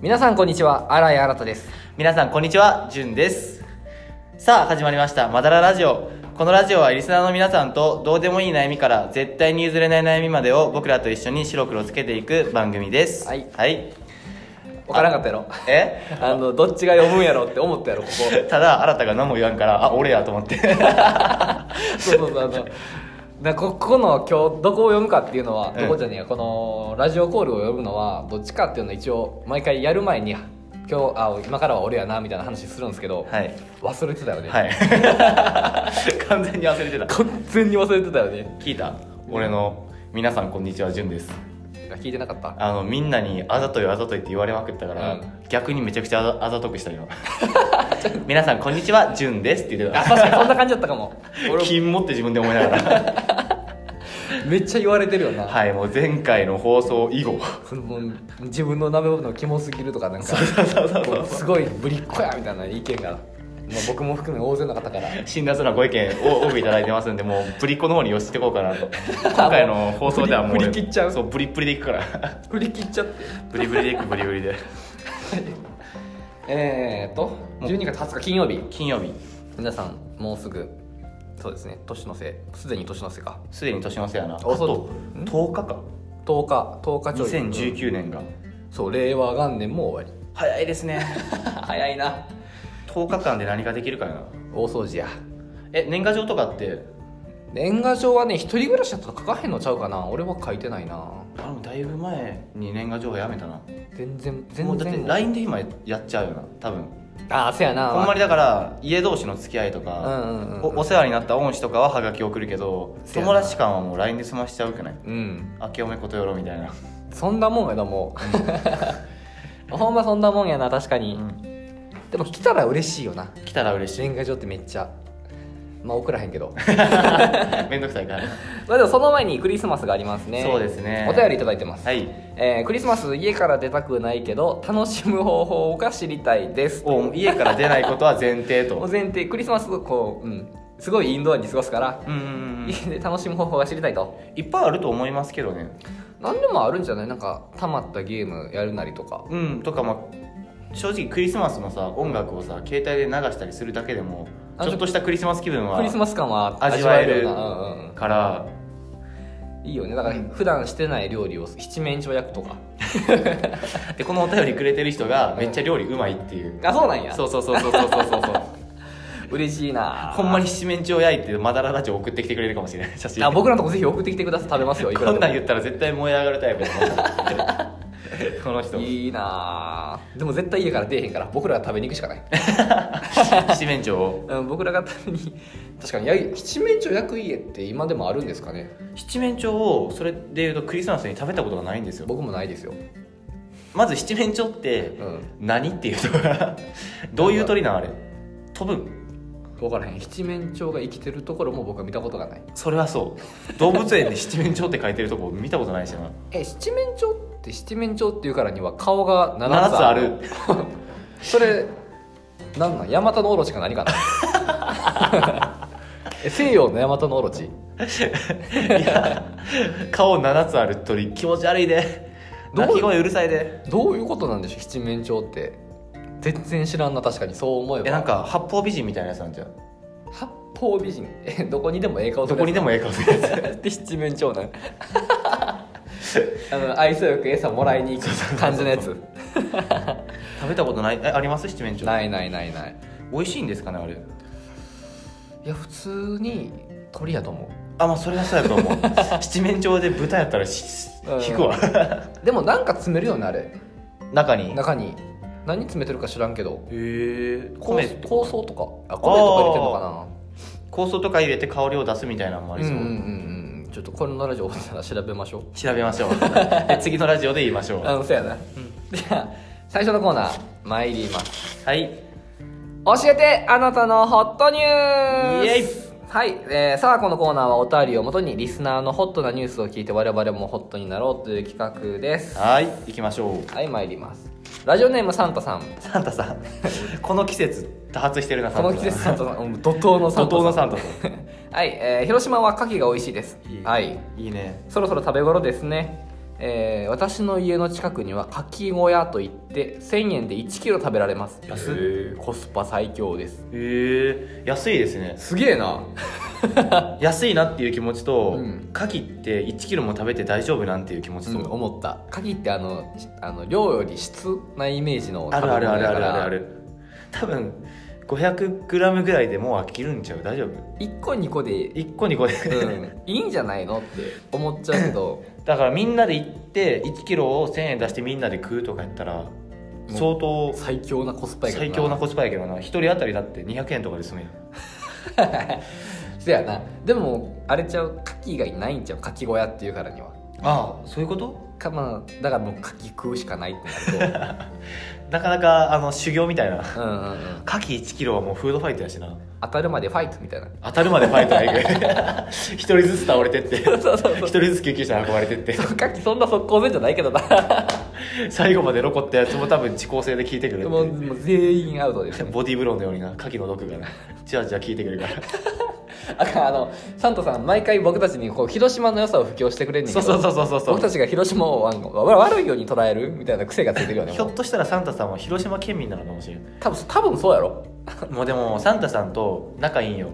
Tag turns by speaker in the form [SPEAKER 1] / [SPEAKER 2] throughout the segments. [SPEAKER 1] 皆さんこんにちは新井新です
[SPEAKER 2] 皆さんこんにちはじゅんですさあ始まりました「まだらラジオ」このラジオはリスナーの皆さんとどうでもいい悩みから絶対に譲れない悩みまでを僕らと一緒に白黒つけていく番組です
[SPEAKER 1] はい
[SPEAKER 2] はい、
[SPEAKER 1] 分からんかったやろ
[SPEAKER 2] え
[SPEAKER 1] あのどっちが読むんやろって思ったやろここ
[SPEAKER 2] ただ新たが何も言わんからあ俺やと思って
[SPEAKER 1] そうそうそうあのなここの今日どこを読むかっていうのは、
[SPEAKER 2] うん
[SPEAKER 1] どこじゃねえやこのラジオコールを読むのはどっちかっていうのは一応毎回やる前に今日あ今からは俺やなみたいな話するんですけど、
[SPEAKER 2] はい
[SPEAKER 1] 忘れてたよね、
[SPEAKER 2] はい 完全に忘れてた
[SPEAKER 1] 完全に忘れてたよね
[SPEAKER 2] 聞いた俺の「皆さんこんにちはじゅんです」
[SPEAKER 1] 聞いてなかった
[SPEAKER 2] あのみんなに「あざといあざとい」って言われまくったか
[SPEAKER 1] う
[SPEAKER 2] ら、
[SPEAKER 1] ん
[SPEAKER 2] 逆にめちゃくちゃあざあざとくした今 皆さんこんにちはじゅんですって言って
[SPEAKER 1] あ
[SPEAKER 2] た
[SPEAKER 1] 確かにそんな感じだったか も俺
[SPEAKER 2] 金持って自分で思いなが ら
[SPEAKER 1] めっちゃ言われてるよな、
[SPEAKER 2] はいもう前回の放送 以後
[SPEAKER 1] そのもう自分の鍋部のキモすぎるとかなんかこうすごいぶりっ子やみたいな意見が、まあ、僕も含め大勢の方から
[SPEAKER 2] 辛辣なご意見を多くいただいてますんでもうぶりっ子の方に寄せていこうか なと今回の放送ではもう
[SPEAKER 1] ぶりぶり切っちゃう
[SPEAKER 2] そうぶりっぷりでいくから
[SPEAKER 1] 振り切っちゃって
[SPEAKER 2] ぶりぶりでいくぶりぶりで
[SPEAKER 1] えー、と12月20日金曜日
[SPEAKER 2] 金曜日
[SPEAKER 1] 皆さんもうすぐそうですね年のせいすでに年のせいか
[SPEAKER 2] すでに年の瀬やなあ
[SPEAKER 1] そう
[SPEAKER 2] と10日か
[SPEAKER 1] 10日10日ちょい
[SPEAKER 2] 2019年が
[SPEAKER 1] そう令和元年も終わ
[SPEAKER 2] 早いです ね
[SPEAKER 1] り 早いな
[SPEAKER 2] 10日間で何ができるかやな
[SPEAKER 1] 大掃除や
[SPEAKER 2] え年賀状とかって
[SPEAKER 1] 年賀状はね一人暮らしだったら書かへんのちゃうかな俺は書いてないな
[SPEAKER 2] あのだいぶ前に年賀状はやめたな
[SPEAKER 1] 全然
[SPEAKER 2] も
[SPEAKER 1] 全
[SPEAKER 2] うだっ
[SPEAKER 1] 然
[SPEAKER 2] て LINE で今やっちゃうよな多分
[SPEAKER 1] ああせやな
[SPEAKER 2] ほんまにだから家同士の付き合いとか、
[SPEAKER 1] うんうんうん
[SPEAKER 2] おお世話になった恩師とかはハガキ送るけど
[SPEAKER 1] せやな
[SPEAKER 2] 友達間はもう LINE で済ましちゃうくない
[SPEAKER 1] うん
[SPEAKER 2] 明けおめことよろみたいな、
[SPEAKER 1] そんなもんやなもうほんまそんなもんやな確かに、
[SPEAKER 2] うん
[SPEAKER 1] でも来たら嬉しいよな
[SPEAKER 2] 来たら嬉しい
[SPEAKER 1] 年賀状ってめっちゃまあ送らへんけど
[SPEAKER 2] めんどくさいから、
[SPEAKER 1] まあでもその前にクリスマスがありますね
[SPEAKER 2] そうですね
[SPEAKER 1] お便りいただいてます、
[SPEAKER 2] はい
[SPEAKER 1] えークリスマス家から出たくないけど楽しむ方法が知りたいです
[SPEAKER 2] お家から出ないことは前提
[SPEAKER 1] お
[SPEAKER 2] と
[SPEAKER 1] 前提クリスマスこう、うん、すごいインドアに過ごすから、
[SPEAKER 2] うんうんうん
[SPEAKER 1] 家で楽しむ方法が知りたいと
[SPEAKER 2] いっぱいあると思いますけどね
[SPEAKER 1] 何でもあるんじゃないなんかたまったゲームやるなりとか
[SPEAKER 2] うんとかまあ正直クリスマスのさ音楽をさ携帯で流したりするだけでも
[SPEAKER 1] あ
[SPEAKER 2] ちょっとしたクリスマス気分は
[SPEAKER 1] クリスマス感は味
[SPEAKER 2] 味
[SPEAKER 1] わ
[SPEAKER 2] わ
[SPEAKER 1] え
[SPEAKER 2] え
[SPEAKER 1] る
[SPEAKER 2] る
[SPEAKER 1] ような、うんうん
[SPEAKER 2] から
[SPEAKER 1] いいよねだから普段してない料理を七面鳥焼く とか
[SPEAKER 2] でこのお便りくれてる人がめっちゃ料理うまいっていう、
[SPEAKER 1] あそうなんや
[SPEAKER 2] そうそうそうそうそうそうそう
[SPEAKER 1] 嬉しいな
[SPEAKER 2] ほんまに七面鳥焼いてまだらラジオ送ってきてくれるかもしれない写真
[SPEAKER 1] あ僕らのとこぜひ送ってきてください食べますよいく
[SPEAKER 2] こ
[SPEAKER 1] ら
[SPEAKER 2] んなん
[SPEAKER 1] で
[SPEAKER 2] 言ったら絶対燃え上がるタイプだ なこの人
[SPEAKER 1] もいいなでも絶対家から出えへんから僕らが食べに行くしか ない、
[SPEAKER 2] 七面鳥を
[SPEAKER 1] うん、僕らが食べに確かにや七面鳥焼く家って今でもあるんですかね
[SPEAKER 2] 七面鳥をそれでいうとクリスマスに食べたことがないんですよ
[SPEAKER 1] 僕もないですよ、
[SPEAKER 2] まず七面鳥って
[SPEAKER 1] うん、
[SPEAKER 2] 何っていうとこがどういう鳥なんあれ飛ぶん
[SPEAKER 1] 分からへん七面鳥が生きてるところも僕は見たことがない
[SPEAKER 2] それはそう動物園で七面鳥って書いてるとこ見たことないしな
[SPEAKER 1] え七面鳥って七面鳥っていうからには顔が7
[SPEAKER 2] 7
[SPEAKER 1] つ
[SPEAKER 2] つある
[SPEAKER 1] それなんなんヤマタノオロチか何かな え西洋のヤマタノオロチ
[SPEAKER 2] いや 顔7つある鳥気持ち悪いで
[SPEAKER 1] どう
[SPEAKER 2] 鳴き声うるさいで
[SPEAKER 1] どういうことなんでしょう七面鳥って全然知らんな確かにそう思えば
[SPEAKER 2] えなんか八方美人みたいなやつなんじゃん
[SPEAKER 1] 八方美人えどこにでもええ顔
[SPEAKER 2] どこにで
[SPEAKER 1] も
[SPEAKER 2] もええ顔するやつ
[SPEAKER 1] って 七面鳥なんあの愛想よく餌もらいに行く感じのやつ
[SPEAKER 2] 食べたことないえあります七面鳥
[SPEAKER 1] ないないないない
[SPEAKER 2] 美味しいんですかねあれ
[SPEAKER 1] いや普通に鳥やと思う
[SPEAKER 2] あまあそれはそうやと思う 七面鳥で豚やったらし
[SPEAKER 1] うん
[SPEAKER 2] 引くわ
[SPEAKER 1] でもなんか詰めるよねあれ
[SPEAKER 2] 中に
[SPEAKER 1] 中に何詰めてるか知らんけど
[SPEAKER 2] へえ
[SPEAKER 1] 米
[SPEAKER 2] 米
[SPEAKER 1] 香草とかあ米とか入れてんのかな
[SPEAKER 2] 香草とか入れて香りを出すみたいなのもあり
[SPEAKER 1] うん
[SPEAKER 2] そう、
[SPEAKER 1] うんうんうんちょっとこのラジオ終わったら調べましょう
[SPEAKER 2] 調べましょうで次のラジオで言いましょう
[SPEAKER 1] あのそうやな、じゃあ最初のコーナー参ります
[SPEAKER 2] はい
[SPEAKER 1] 教えてあなたのホットニュース
[SPEAKER 2] イエイ
[SPEAKER 1] はい、えーさあこのコーナーはお便りをもとにリスナーのホットなニュースを聞いて我々もホットになろうという企画です
[SPEAKER 2] はい行きましょう
[SPEAKER 1] はい参りますラジオネームサンタさん
[SPEAKER 2] サンタさんこの季節多発してるなサ
[SPEAKER 1] こ
[SPEAKER 2] ンタ
[SPEAKER 1] の
[SPEAKER 2] さん
[SPEAKER 1] 季節サンタさんうん怒涛のサ
[SPEAKER 2] 怒
[SPEAKER 1] ンタさ
[SPEAKER 2] 涛
[SPEAKER 1] ん
[SPEAKER 2] のサンタさ
[SPEAKER 1] はい、えー広島は牡蠣が美味しいです
[SPEAKER 2] ん
[SPEAKER 1] はい
[SPEAKER 2] いいね
[SPEAKER 1] そろそろ食べ頃ですねえー私の家の近くにはかき小屋といって1000円で1キロ食べられます
[SPEAKER 2] 安っ
[SPEAKER 1] えーコスパ最強です
[SPEAKER 2] えー、安いですね
[SPEAKER 1] すげえな
[SPEAKER 2] 安いなっていう気持ちと
[SPEAKER 1] うん
[SPEAKER 2] 牡蠣、って1キロも食べて大丈夫なんていう気持ち
[SPEAKER 1] そう
[SPEAKER 2] と、
[SPEAKER 1] 思った牡蠣ってあのしあの量より質なイメージの
[SPEAKER 2] あるあるあるあるあるあ
[SPEAKER 1] る
[SPEAKER 2] る多分 500g ぐらいでもう飽きるんちゃう大丈夫
[SPEAKER 1] 1個2個で、
[SPEAKER 2] 1個に個で、
[SPEAKER 1] うん、いいんじゃないのって思っちゃうけど
[SPEAKER 2] だからみんなで行って1キロを1000円出してみんなで食うとかやったら相当
[SPEAKER 1] 最強なコスパやけど
[SPEAKER 2] 最強なコスパやけどな1人当たりだって200円とかで済むやん
[SPEAKER 1] せやなでもあれちゃう牡蠣がいないんちゃう牡蠣小屋っていうからには
[SPEAKER 2] ああそういうこと
[SPEAKER 1] かまあだからもう牡蠣食うしかないってなる
[SPEAKER 2] なかなかあの修行みたいな
[SPEAKER 1] とうんうん、うん、
[SPEAKER 2] 牡蠣1キロはもうフードファイトやしな
[SPEAKER 1] 当たるまでファイトみたいな
[SPEAKER 2] 当たるまでファイトやいく 一人ずつ倒れてって
[SPEAKER 1] そうそう
[SPEAKER 2] 一人ずつ救急車に運ばれてって
[SPEAKER 1] 牡蠣そんな速攻戦じゃないけ どな
[SPEAKER 2] 最後まで残ったやつも多分遅効性で効いてくるって
[SPEAKER 1] もう
[SPEAKER 2] いう
[SPEAKER 1] もう全員アウトです
[SPEAKER 2] ボディーブローのようにな牡蠣の毒がなじわじわ効いてくるから
[SPEAKER 1] あかんあのサンタさん毎回僕たちにこう広島の良さを布教してくれんねんけ
[SPEAKER 2] そう
[SPEAKER 1] ど
[SPEAKER 2] そうそうそうそうそう
[SPEAKER 1] 僕たちが広島をあのわ悪いように捉えるみたいな癖がついてるよね
[SPEAKER 2] ひょ
[SPEAKER 1] も
[SPEAKER 2] っ
[SPEAKER 1] う
[SPEAKER 2] としたらサンタさんは広島県民なのかもしれん
[SPEAKER 1] 多分多分そうやろ
[SPEAKER 2] もうでもサンタさんと仲いいんよ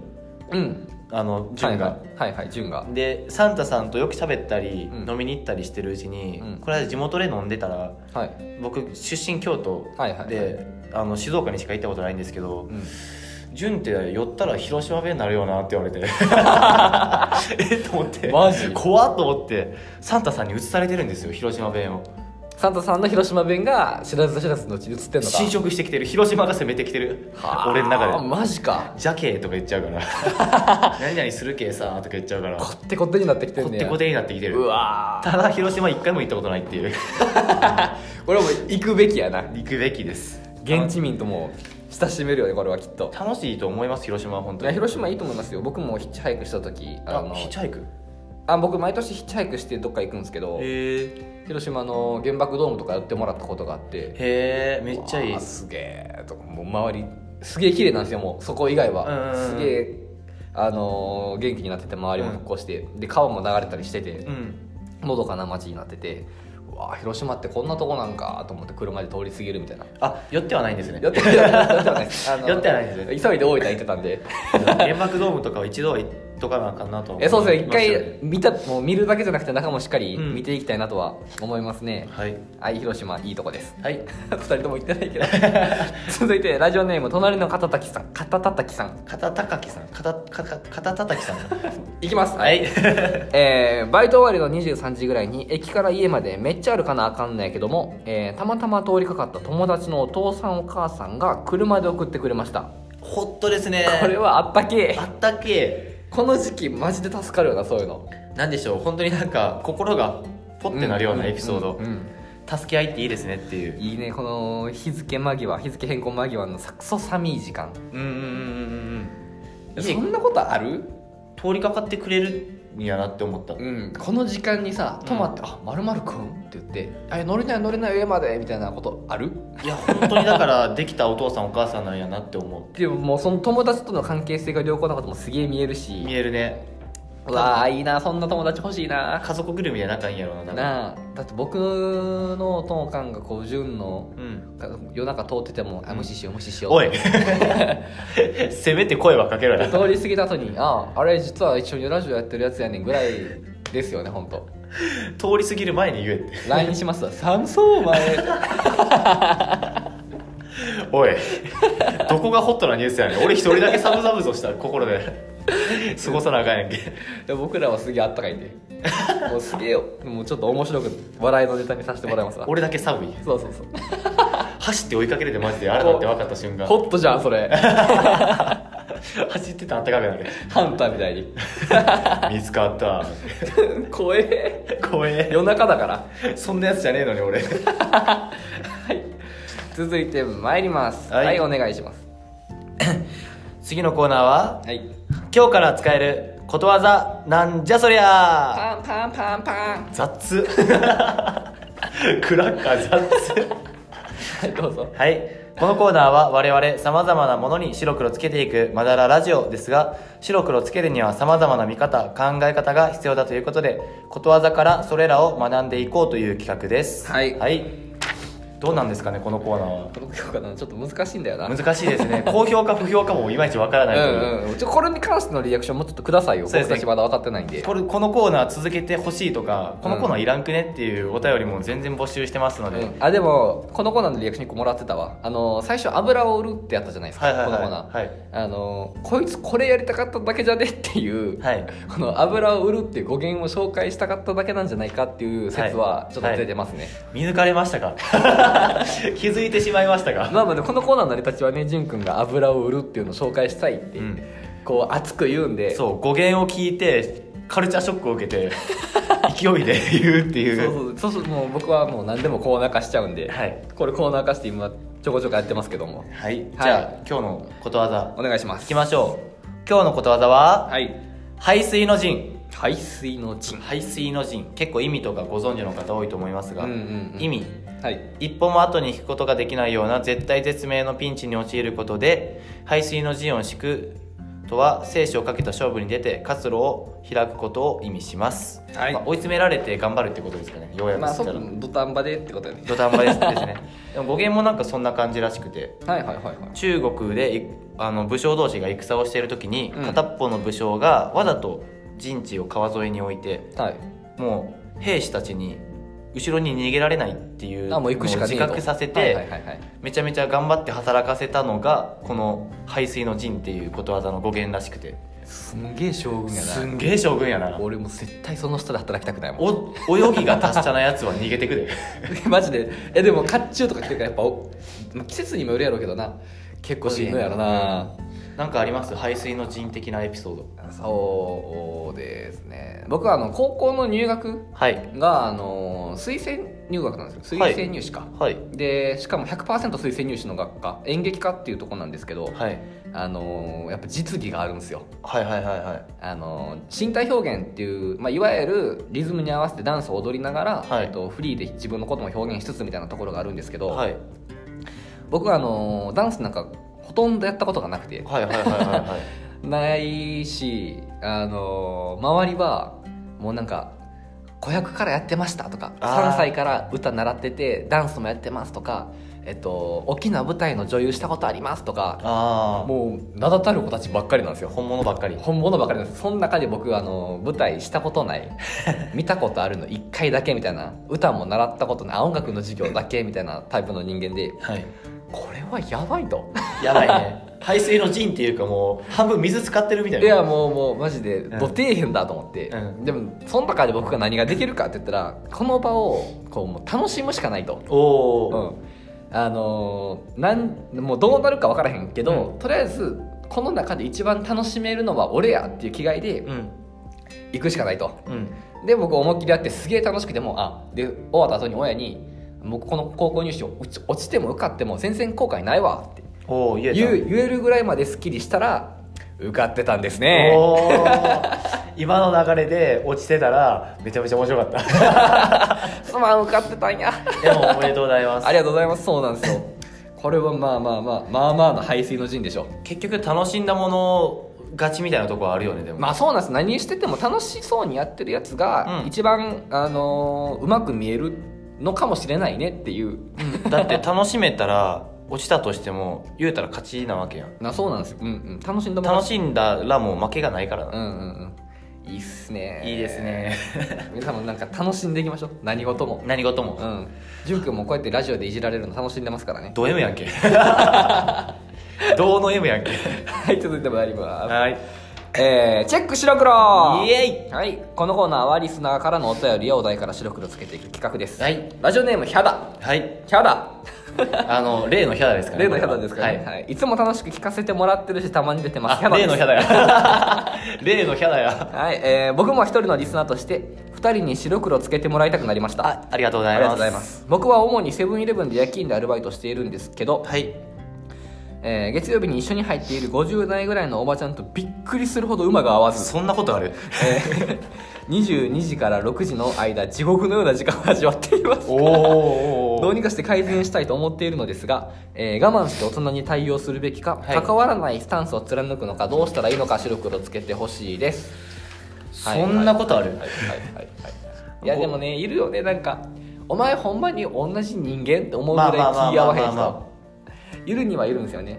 [SPEAKER 1] うん
[SPEAKER 2] あの純が、
[SPEAKER 1] はいはいはいはい純が
[SPEAKER 2] でサンタさんとよく喋ったり、
[SPEAKER 1] うん
[SPEAKER 2] 飲みに行ったりしてるうちに、
[SPEAKER 1] うん
[SPEAKER 2] これは地元で飲んでたら
[SPEAKER 1] はい
[SPEAKER 2] 僕出身京都
[SPEAKER 1] はいはいはい
[SPEAKER 2] で、あの静岡にしか行ったことないんですけど
[SPEAKER 1] うん
[SPEAKER 2] 純って寄ったら広島弁になるよなって 言われてえっと思って
[SPEAKER 1] マジ
[SPEAKER 2] 怖っと思ってサンタさんに移されてるんですよ広島弁を
[SPEAKER 1] サンタさんの広島弁が知らず知らずのうちに映ってんのか
[SPEAKER 2] 侵食してきてる広島が攻めてきてる
[SPEAKER 1] はあ
[SPEAKER 2] 俺の中で
[SPEAKER 1] マジか
[SPEAKER 2] 「じゃけー」とか言っちゃうから 何々するけーさーとか言っちゃうから
[SPEAKER 1] こ
[SPEAKER 2] こ
[SPEAKER 1] ってこってになってきてん
[SPEAKER 2] っ
[SPEAKER 1] ね
[SPEAKER 2] て
[SPEAKER 1] や
[SPEAKER 2] こてになってきて
[SPEAKER 1] う
[SPEAKER 2] る
[SPEAKER 1] わー
[SPEAKER 2] ただ広島一回も行ったことないっていう
[SPEAKER 1] これはもう行くべきやな
[SPEAKER 2] 行くべきです
[SPEAKER 1] 現地民とも親しめるよねこれはきっと
[SPEAKER 2] 楽しいと思います広島は本
[SPEAKER 1] い
[SPEAKER 2] 当
[SPEAKER 1] や
[SPEAKER 2] に
[SPEAKER 1] 広島いいと思いますよ僕もヒッチハイクした時あ
[SPEAKER 2] あ
[SPEAKER 1] の
[SPEAKER 2] ヒッチハイク
[SPEAKER 1] あ僕毎年ヒッチハイクしてどっか行くんですけど
[SPEAKER 2] へえ
[SPEAKER 1] 広島の原爆ドームとかやってもらったことがあって
[SPEAKER 2] へえめっちゃいい
[SPEAKER 1] わあすげえとかもう周りすげえ綺麗なんですよもうそこ以外は
[SPEAKER 2] うんうんう
[SPEAKER 1] す
[SPEAKER 2] ん
[SPEAKER 1] げえあのー元気になってて周りも復興して、で川も流れたりしてて
[SPEAKER 2] うん
[SPEAKER 1] のどかな街になっててうわあ広島ってこんなとこなんかと思って車で通り過ぎるみ たいな
[SPEAKER 2] あ寄ってはないんですね
[SPEAKER 1] やってないやってないですあの
[SPEAKER 2] 寄ってはないんですね
[SPEAKER 1] 急いで大分行ってたんで
[SPEAKER 2] 原爆ドームとかは一度は行っとかなあかんなとは思い
[SPEAKER 1] えそうですね一
[SPEAKER 2] ますよ
[SPEAKER 1] 回見たもう見るだけじゃなくて中もしっかり
[SPEAKER 2] うん
[SPEAKER 1] 見ていきたいなとは思いますね、
[SPEAKER 2] はい
[SPEAKER 1] はい広島いいとこです
[SPEAKER 2] はい
[SPEAKER 1] 2人とも言ってないけど 続いてラジオネーム隣の肩たきさん肩たたきさん
[SPEAKER 2] 肩たたきさん肩肩肩た たきさん
[SPEAKER 1] いきます
[SPEAKER 2] はい
[SPEAKER 1] えーバイト終わりの23時ぐらいに駅から家までめっちゃあるかなあかんないけども、えーたまたま通りかかった友達のお父さんお母さんが車で送ってくれました
[SPEAKER 2] ホットですね
[SPEAKER 1] これはあったけえ
[SPEAKER 2] あったけ
[SPEAKER 1] この時期マジで助かるよなそういうの
[SPEAKER 2] なんでしょう本当になんか心がポッてなるようなエピソード、
[SPEAKER 1] うんうん
[SPEAKER 2] 助け合いっていいですねっていう
[SPEAKER 1] いいねこの日付間際日付変更間際のさクソ寒い時間
[SPEAKER 2] うんうんうんうん
[SPEAKER 1] そんなことある
[SPEAKER 2] 通りかかってくれるんやなって思った、
[SPEAKER 1] うん、この時間にさ泊まって「あまるまるくん?」って言って「あ乗れない乗れない上まで」みたいなことある
[SPEAKER 2] いや本当にだからできたお父さんお母さんなんやなって思
[SPEAKER 1] でももうその友達との関係性が良好なこともすげえ見える
[SPEAKER 2] う見
[SPEAKER 1] し
[SPEAKER 2] えるね
[SPEAKER 1] うわあいいなそんな友達欲しいな
[SPEAKER 2] 家族ぐるみで仲いいんやろうな多分
[SPEAKER 1] なあだって僕のともかんがこう純の
[SPEAKER 2] うん
[SPEAKER 1] 夜中通ってても「あ無視しよう無視しよう」
[SPEAKER 2] おい せめて声はかけろや
[SPEAKER 1] 通り過ぎた後に「ああれ実は一緒にラジオやってるやつやねん」ぐらいですよね本当
[SPEAKER 2] 通り過ぎる前に言えって
[SPEAKER 1] LINE しますわ「寒そうお前」
[SPEAKER 2] おいどこがホットなニュースやねん俺一人だけサブサブとした心で過ごさなあかんやんけ
[SPEAKER 1] で僕らはすげえあったかいんでもうすげえよもうちょっと面白く笑いのネタにさせてもらいますわ
[SPEAKER 2] 俺だけ寒い
[SPEAKER 1] そうそうそう
[SPEAKER 2] 走って追いかけれてマジであれだって分かった瞬間
[SPEAKER 1] ホットじゃんそれ
[SPEAKER 2] 走ってたらあったかくなる
[SPEAKER 1] ハンターみたいに
[SPEAKER 2] 見つかった
[SPEAKER 1] 怖え
[SPEAKER 2] 怖え
[SPEAKER 1] 夜中だから
[SPEAKER 2] そんなやつじゃねえのに俺
[SPEAKER 1] はい続いて参りますは、
[SPEAKER 2] はいい
[SPEAKER 1] お願いします
[SPEAKER 2] 次のコーナーは
[SPEAKER 1] はい
[SPEAKER 2] 今日から使えることわざなんじゃそりゃ
[SPEAKER 1] パンパン パンパン
[SPEAKER 2] 雑クラッカー雑
[SPEAKER 1] はいどうぞ
[SPEAKER 2] はい。このコーナーは我々様々なものに白黒つけていくまだらラジオですが、白黒つけるには様々な見方、考え方が必要だということで、ことわざからそれらを学んでいこうという企画です。
[SPEAKER 1] はい
[SPEAKER 2] はい。どうなんですかね、このコーナーは。
[SPEAKER 1] この評価なのちょっと難しいんだよな
[SPEAKER 2] 難しいです ね。高評価、不評価もいまいちわからないという
[SPEAKER 1] うんうんちょこれに関してのリアクションもちょっとくださいよ、
[SPEAKER 2] そう
[SPEAKER 1] 僕
[SPEAKER 2] ですね
[SPEAKER 1] たちまだ分かってないんで
[SPEAKER 2] これこのコーナー続けてほしいとかこのコーナーいらんくねっていうお便りも全然募集してますので、
[SPEAKER 1] うんあでもこのコーナーのリアクション1個もらってたわあの最初油を売るってやったじゃないですか、
[SPEAKER 2] はいはい
[SPEAKER 1] このコーナー、
[SPEAKER 2] はいはい
[SPEAKER 1] あのこいつこれやりたかっただけじゃねっていう、
[SPEAKER 2] はい
[SPEAKER 1] この油を売るっていう語源を紹介したかっただけなんじゃないかっていう説は
[SPEAKER 2] はい
[SPEAKER 1] ちょっと出てますね、
[SPEAKER 2] 見抜かれましたか 気づいてしまいましたか
[SPEAKER 1] まあまあねこのコーナーの成り立ちはね潤くんが油を売るっていうのを紹介したいって、
[SPEAKER 2] うん
[SPEAKER 1] こう熱く言うんで
[SPEAKER 2] そう語源を聞いてカルチャーショックを受 けて勢いで言うっていう
[SPEAKER 1] そうそうそうそうもう僕はもう何でもコーナー化しちゃうんで、
[SPEAKER 2] はい
[SPEAKER 1] これコーナー化して今ちょこちょこやってますけども
[SPEAKER 2] はい、じゃあ今日のことわざ
[SPEAKER 1] お願いしま
[SPEAKER 2] い
[SPEAKER 1] す
[SPEAKER 2] きましょう今日のことわざは、
[SPEAKER 1] はい
[SPEAKER 2] 排水の陣
[SPEAKER 1] 排水の陣
[SPEAKER 2] 排水の陣結構意味とかご存知の方多いと思いますが、
[SPEAKER 1] うんうんうん
[SPEAKER 2] 意味
[SPEAKER 1] はい
[SPEAKER 2] 一歩も後に引くことができないような絶対絶命のピンチに陥ることで排水の陣を敷くとは生死をかけた勝負に出て活路を開くことを意味します、
[SPEAKER 1] はい
[SPEAKER 2] まあ追い詰められて頑張るってことですかねようやく
[SPEAKER 1] まあ
[SPEAKER 2] した
[SPEAKER 1] そ
[SPEAKER 2] ら、
[SPEAKER 1] う土壇場でってことやね
[SPEAKER 2] 土壇場ですですねでも語源もなんかそんな感じらしくて
[SPEAKER 1] はいはいはいはい
[SPEAKER 2] 中国でいあの武将同士が戦をしている時に、
[SPEAKER 1] うん
[SPEAKER 2] 片っぽの武将がわざと陣地を川沿いに置いて
[SPEAKER 1] はい
[SPEAKER 2] もう兵士たちに後ろに逃げられないっていう
[SPEAKER 1] あもう行くしかねえ
[SPEAKER 2] 自
[SPEAKER 1] と
[SPEAKER 2] 覚させて、
[SPEAKER 1] はいはいはいはい
[SPEAKER 2] めちゃめちゃ頑張って働かせたのがこの「排水の陣」っていうことわざの語源らしくて
[SPEAKER 1] すんげえ将軍や
[SPEAKER 2] す
[SPEAKER 1] なん
[SPEAKER 2] げえ将軍やな
[SPEAKER 1] 俺もう絶対その人で働きたくないもん
[SPEAKER 2] お泳ぎが達者なやつは逃げてくで
[SPEAKER 1] マジでえでも甲冑とか着てるからやっぱおまあ季節にもよるやろうけどな 結構しんどいやろな、
[SPEAKER 2] なんかあります排水の陣的なエピソード
[SPEAKER 1] そうですね僕はあの高校の入学
[SPEAKER 2] はい
[SPEAKER 1] があの推薦入学なんですよ
[SPEAKER 2] はい
[SPEAKER 1] 推薦入試か、
[SPEAKER 2] はい
[SPEAKER 1] でしかも100%推薦入試の学科演劇科っていうところなんですけど、
[SPEAKER 2] はい
[SPEAKER 1] あのやっぱ実技があるんですよ
[SPEAKER 2] はいはいはいはい
[SPEAKER 1] あの身体表現っていう、まあ、いわゆるリズムに合わせてダンスを踊りながら、
[SPEAKER 2] はい
[SPEAKER 1] えっと、フリーで自分のことも表現しつつみたいなところがあるんですけど、
[SPEAKER 2] はい
[SPEAKER 1] 僕はあのダンスなんかほとんどやったことがなくて
[SPEAKER 2] はいはいはいはいはい
[SPEAKER 1] ないしあの周りはもうなんか子役からやってましたとか
[SPEAKER 2] あー
[SPEAKER 1] 3歳から歌習っててダンスもやってますとか、えっと、大きな舞台の女優したことありますとか
[SPEAKER 2] ああ
[SPEAKER 1] もう名だたる子たちばっかりなんですよ
[SPEAKER 2] 本物ばっかり
[SPEAKER 1] 本物ばっかりなんですその中で僕あの舞台したことない 見たことあるの1回だけみたいな歌も習ったことないあ音楽の授業だけみたいなタイプの人間で
[SPEAKER 2] はい
[SPEAKER 1] これはやばいと。
[SPEAKER 2] やばいね排水の陣っていうかもう半分水使ってるみたい
[SPEAKER 1] い
[SPEAKER 2] な
[SPEAKER 1] やもうもうマジで
[SPEAKER 2] うん
[SPEAKER 1] ど底辺だと思って、
[SPEAKER 2] うん
[SPEAKER 1] でもその中で僕が何ができるかって言ったらこの場をこうもう楽しむしかないと、
[SPEAKER 2] お
[SPEAKER 1] う
[SPEAKER 2] お、
[SPEAKER 1] んあのーなんもうどうなるか分からへんけど、
[SPEAKER 2] う
[SPEAKER 1] とりあえずこの中で一番楽しめるのは俺やっていう気概で
[SPEAKER 2] うん
[SPEAKER 1] 行くしかないと
[SPEAKER 2] うん
[SPEAKER 1] で僕思いっきりやってすげえ楽しくてもうあで終わった後に親に「僕この高校入試を落ち落ちても受かっても全然後悔ないわ」って
[SPEAKER 2] おお言えた
[SPEAKER 1] 言う言えるぐらいまですっきりしたら受かってたんですね
[SPEAKER 2] おー 今の流れで落ちてたらめちゃめちゃ面白かった
[SPEAKER 1] す まん受かってたんや
[SPEAKER 2] でもおめでとうございます
[SPEAKER 1] ありがとうございますそうなんですよこれはまあまあまあまあまあの排水の陣でしょ
[SPEAKER 2] 結局楽しんだもの勝ちみたいなとこはあるよねでも、
[SPEAKER 1] まあそうなんです何してても楽しそうにやってるやつが
[SPEAKER 2] うん
[SPEAKER 1] 一番、あのーうまく見えるのかもしれないねっていう
[SPEAKER 2] だって楽しめたら落ちたとしても言うたら勝ちなわけやん
[SPEAKER 1] なそうなんですよ、うんうん、楽しんだもん
[SPEAKER 2] 楽しんだらもう負けがないから
[SPEAKER 1] う
[SPEAKER 2] な、
[SPEAKER 1] んうんうんいいっすね
[SPEAKER 2] いいですね
[SPEAKER 1] 皆さんもなんか楽しんでいきましょう何事も
[SPEAKER 2] 何事も、
[SPEAKER 1] うん潤君もこうやってラジオでいじられるの楽しんでますからね
[SPEAKER 2] ド M やんけ どうの M やんけ
[SPEAKER 1] はい続いてまいります
[SPEAKER 2] はい
[SPEAKER 1] えーチェック白黒
[SPEAKER 2] イエ
[SPEAKER 1] イはいこのコーナーはリスナーからのお便りやお題から白黒つけていく企画です、
[SPEAKER 2] はい
[SPEAKER 1] ラジオネームヒャダ
[SPEAKER 2] はい
[SPEAKER 1] ヒャ ダ
[SPEAKER 2] あの例のヒャダですから
[SPEAKER 1] 例のヒャダですからね、
[SPEAKER 2] はい
[SPEAKER 1] はいい、つも楽しく聞かせてもらってるしたまに出てます
[SPEAKER 2] あ例のヒャ
[SPEAKER 1] です
[SPEAKER 2] ダや 例のヒャダや
[SPEAKER 1] はい、えー僕も一人のリスナーとして2人に白黒つけてもらいたくなりました
[SPEAKER 2] あありがとうござ
[SPEAKER 1] あ
[SPEAKER 2] い
[SPEAKER 1] りがとう
[SPEAKER 2] ま
[SPEAKER 1] ござい
[SPEAKER 2] す
[SPEAKER 1] ます僕は主にセブンイレブンで夜勤でアルバイトしているんですけど
[SPEAKER 2] はい
[SPEAKER 1] えー月曜日に一緒に入っている50代ぐらいのおばちゃんとびっくりするほど馬が合わず、
[SPEAKER 2] そんなことある
[SPEAKER 1] えー22時から6時の間地獄のような時間を味わっています
[SPEAKER 2] お お
[SPEAKER 1] どうにかして改善したいと思っているのですが、えー我慢して大人に対応するべきか、
[SPEAKER 2] はい
[SPEAKER 1] 関わらないスタンスを貫くのかどうしたらいいのか白黒つけてほしいです
[SPEAKER 2] そんなことあ
[SPEAKER 1] は
[SPEAKER 2] る、
[SPEAKER 1] いはいはいはいいやでもねいるよねなんかお前ほんまに同じ人間って思うぐらい気
[SPEAKER 2] まあまあまあまあ
[SPEAKER 1] 合わへん
[SPEAKER 2] まあ
[SPEAKER 1] 人いるにはいるんですよね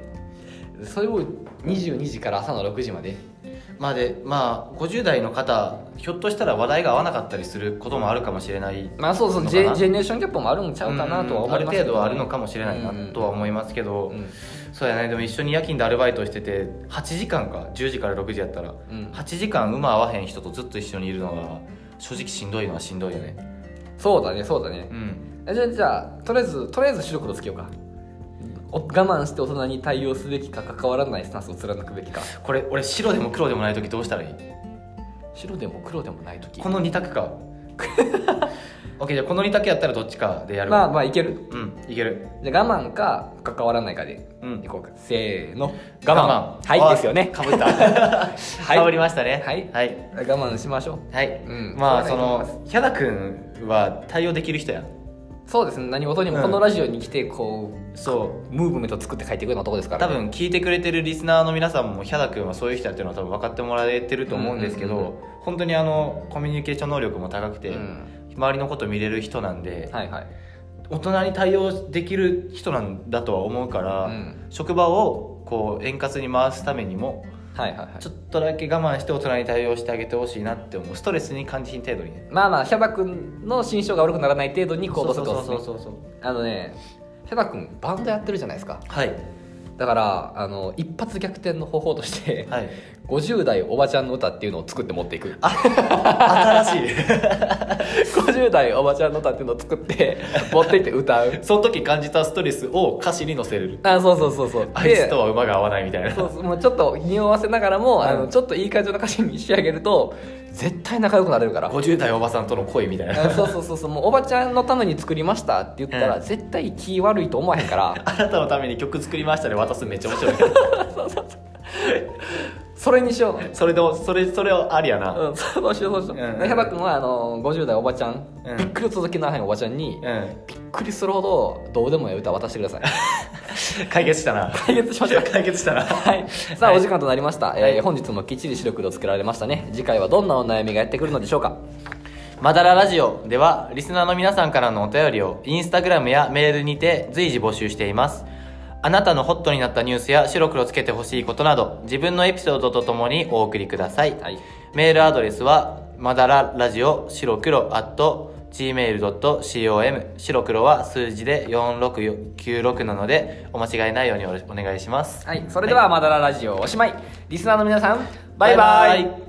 [SPEAKER 1] それを22時から朝の6時まで
[SPEAKER 2] まあでまあ50代の方ひょっとしたら話題が合わなかったりすることもあるかもしれない
[SPEAKER 1] まあそうそう
[SPEAKER 2] の
[SPEAKER 1] ジ
[SPEAKER 2] か
[SPEAKER 1] ェ
[SPEAKER 2] な
[SPEAKER 1] ジェネレーションギャップもあるんちゃうかなとは思いますけ
[SPEAKER 2] うんある程
[SPEAKER 1] ど
[SPEAKER 2] 度はあるのかもしれないなとは思いますけど、
[SPEAKER 1] うん
[SPEAKER 2] そうやねでも一緒に夜勤でアルバイトしてて8時間か10時から6時やったら、
[SPEAKER 1] ん
[SPEAKER 2] 8時間馬合わへん人とずっと一緒にいるのが正直しんどいのはしんどいよね
[SPEAKER 1] そうだねそうだね
[SPEAKER 2] うん
[SPEAKER 1] えじゃあじゃあとりあえずとりあえず白黒つけようかお我慢して大人に対応すべきか関わらないスタンスを貫くべきか
[SPEAKER 2] これ俺白でも黒でもない時どうしたらいい
[SPEAKER 1] 白でも黒でもない時
[SPEAKER 2] この2 択か OK じゃあこの2択やったらどっちかでやる
[SPEAKER 1] まあまあいける
[SPEAKER 2] うんいける
[SPEAKER 1] じゃあ我慢か関わらないかで、
[SPEAKER 2] うん
[SPEAKER 1] いこうかせーの我慢はいですよね
[SPEAKER 2] かぶ ったか
[SPEAKER 1] い
[SPEAKER 2] ぶりましたね
[SPEAKER 1] はい
[SPEAKER 2] はい、
[SPEAKER 1] 我慢しましょう
[SPEAKER 2] はい
[SPEAKER 1] うん
[SPEAKER 2] まあ
[SPEAKER 1] そ
[SPEAKER 2] そう
[SPEAKER 1] だね
[SPEAKER 2] のヒャダ君は対応できる人や
[SPEAKER 1] そうですね何事にも
[SPEAKER 2] うん
[SPEAKER 1] このラジオに来てこ
[SPEAKER 2] そ
[SPEAKER 1] う、
[SPEAKER 2] う
[SPEAKER 1] ムーブメント作って帰っていくようなとこですから、
[SPEAKER 2] 多
[SPEAKER 1] ね、
[SPEAKER 2] 分聞いてくれてるリスナーの皆さんもヒャダ君はそういう人やっていうのは多分分かってもらえてると思うんですけど、
[SPEAKER 1] うんうん
[SPEAKER 2] 本当にあのコミュニケーション能力も高くて、
[SPEAKER 1] うん
[SPEAKER 2] 周りのこと見れる人なんで、
[SPEAKER 1] はいはい
[SPEAKER 2] 大人に対応できる人なんだとは思うから、
[SPEAKER 1] うん
[SPEAKER 2] 職場をこう円滑に回すためにも
[SPEAKER 1] はいはいはい
[SPEAKER 2] ちょっとだけ我慢して大人に対応してあげてほしいなって思うストレスに感じひん程度にね
[SPEAKER 1] まあまあヒャダ君の心象が悪くならない程度に行動するってことですね
[SPEAKER 2] そうそう
[SPEAKER 1] あのねヒャダ君バンドやってるじゃないですか
[SPEAKER 2] はい
[SPEAKER 1] だからあの一発逆転の方法として、
[SPEAKER 2] はい
[SPEAKER 1] 50代おばちゃんの歌っていうのを作って持っていく
[SPEAKER 2] 新しい
[SPEAKER 1] 50代おばちゃんの歌っていうのを作って持っていって歌う
[SPEAKER 2] その時感じたストレスを歌詞に乗せれる
[SPEAKER 1] あそうそうそうそう
[SPEAKER 2] あい
[SPEAKER 1] で
[SPEAKER 2] つとは馬が合わないみたいな
[SPEAKER 1] そうそうもうちょっと匂わせながらも、あ
[SPEAKER 2] う
[SPEAKER 1] の
[SPEAKER 2] ん
[SPEAKER 1] ちょっといい感じの歌詞に仕上げると絶対仲良くなれるから
[SPEAKER 2] 50代おばさんとの恋みたいな
[SPEAKER 1] あそうそうそうそうもうおばちゃんのために作りましたって言ったら、
[SPEAKER 2] うん
[SPEAKER 1] 絶対気悪いと思わへんから
[SPEAKER 2] あなたのために曲作りましたで渡すめっちゃ面白い
[SPEAKER 1] それにしよう
[SPEAKER 2] それでもそれそれはありやな
[SPEAKER 1] うん、そうしようそうしよ
[SPEAKER 2] うん
[SPEAKER 1] う。でヒャバ君はあの50代おばちゃん、
[SPEAKER 2] うん
[SPEAKER 1] びっくり続けなはんおばちゃんに、
[SPEAKER 2] うん
[SPEAKER 1] びっくりするほどどうでもいい歌渡してください。
[SPEAKER 2] 解決したな
[SPEAKER 1] 解決しました。
[SPEAKER 2] 解決したな
[SPEAKER 1] はい、さあ、お時間となりました、
[SPEAKER 2] は
[SPEAKER 1] え
[SPEAKER 2] い
[SPEAKER 1] ー本日もきっちり白黒つけられましたね次回はどんなお悩みがやってくるのでしょうか
[SPEAKER 2] マダララジオではリスナーの皆さんからのお便りをインスタグラムやメールにて随時募集していますあなたのホットになったニュースや白黒つけてほしいことなど自分のエピソードとともにお送りください、
[SPEAKER 1] はい
[SPEAKER 2] メールアドレスはマダララジオ白黒 at gmail.com 白黒は数字で4696なのでお間違いないようにお願いします
[SPEAKER 1] はいそれでは、まだらラジオおしまいリスナーの皆さんバイバイ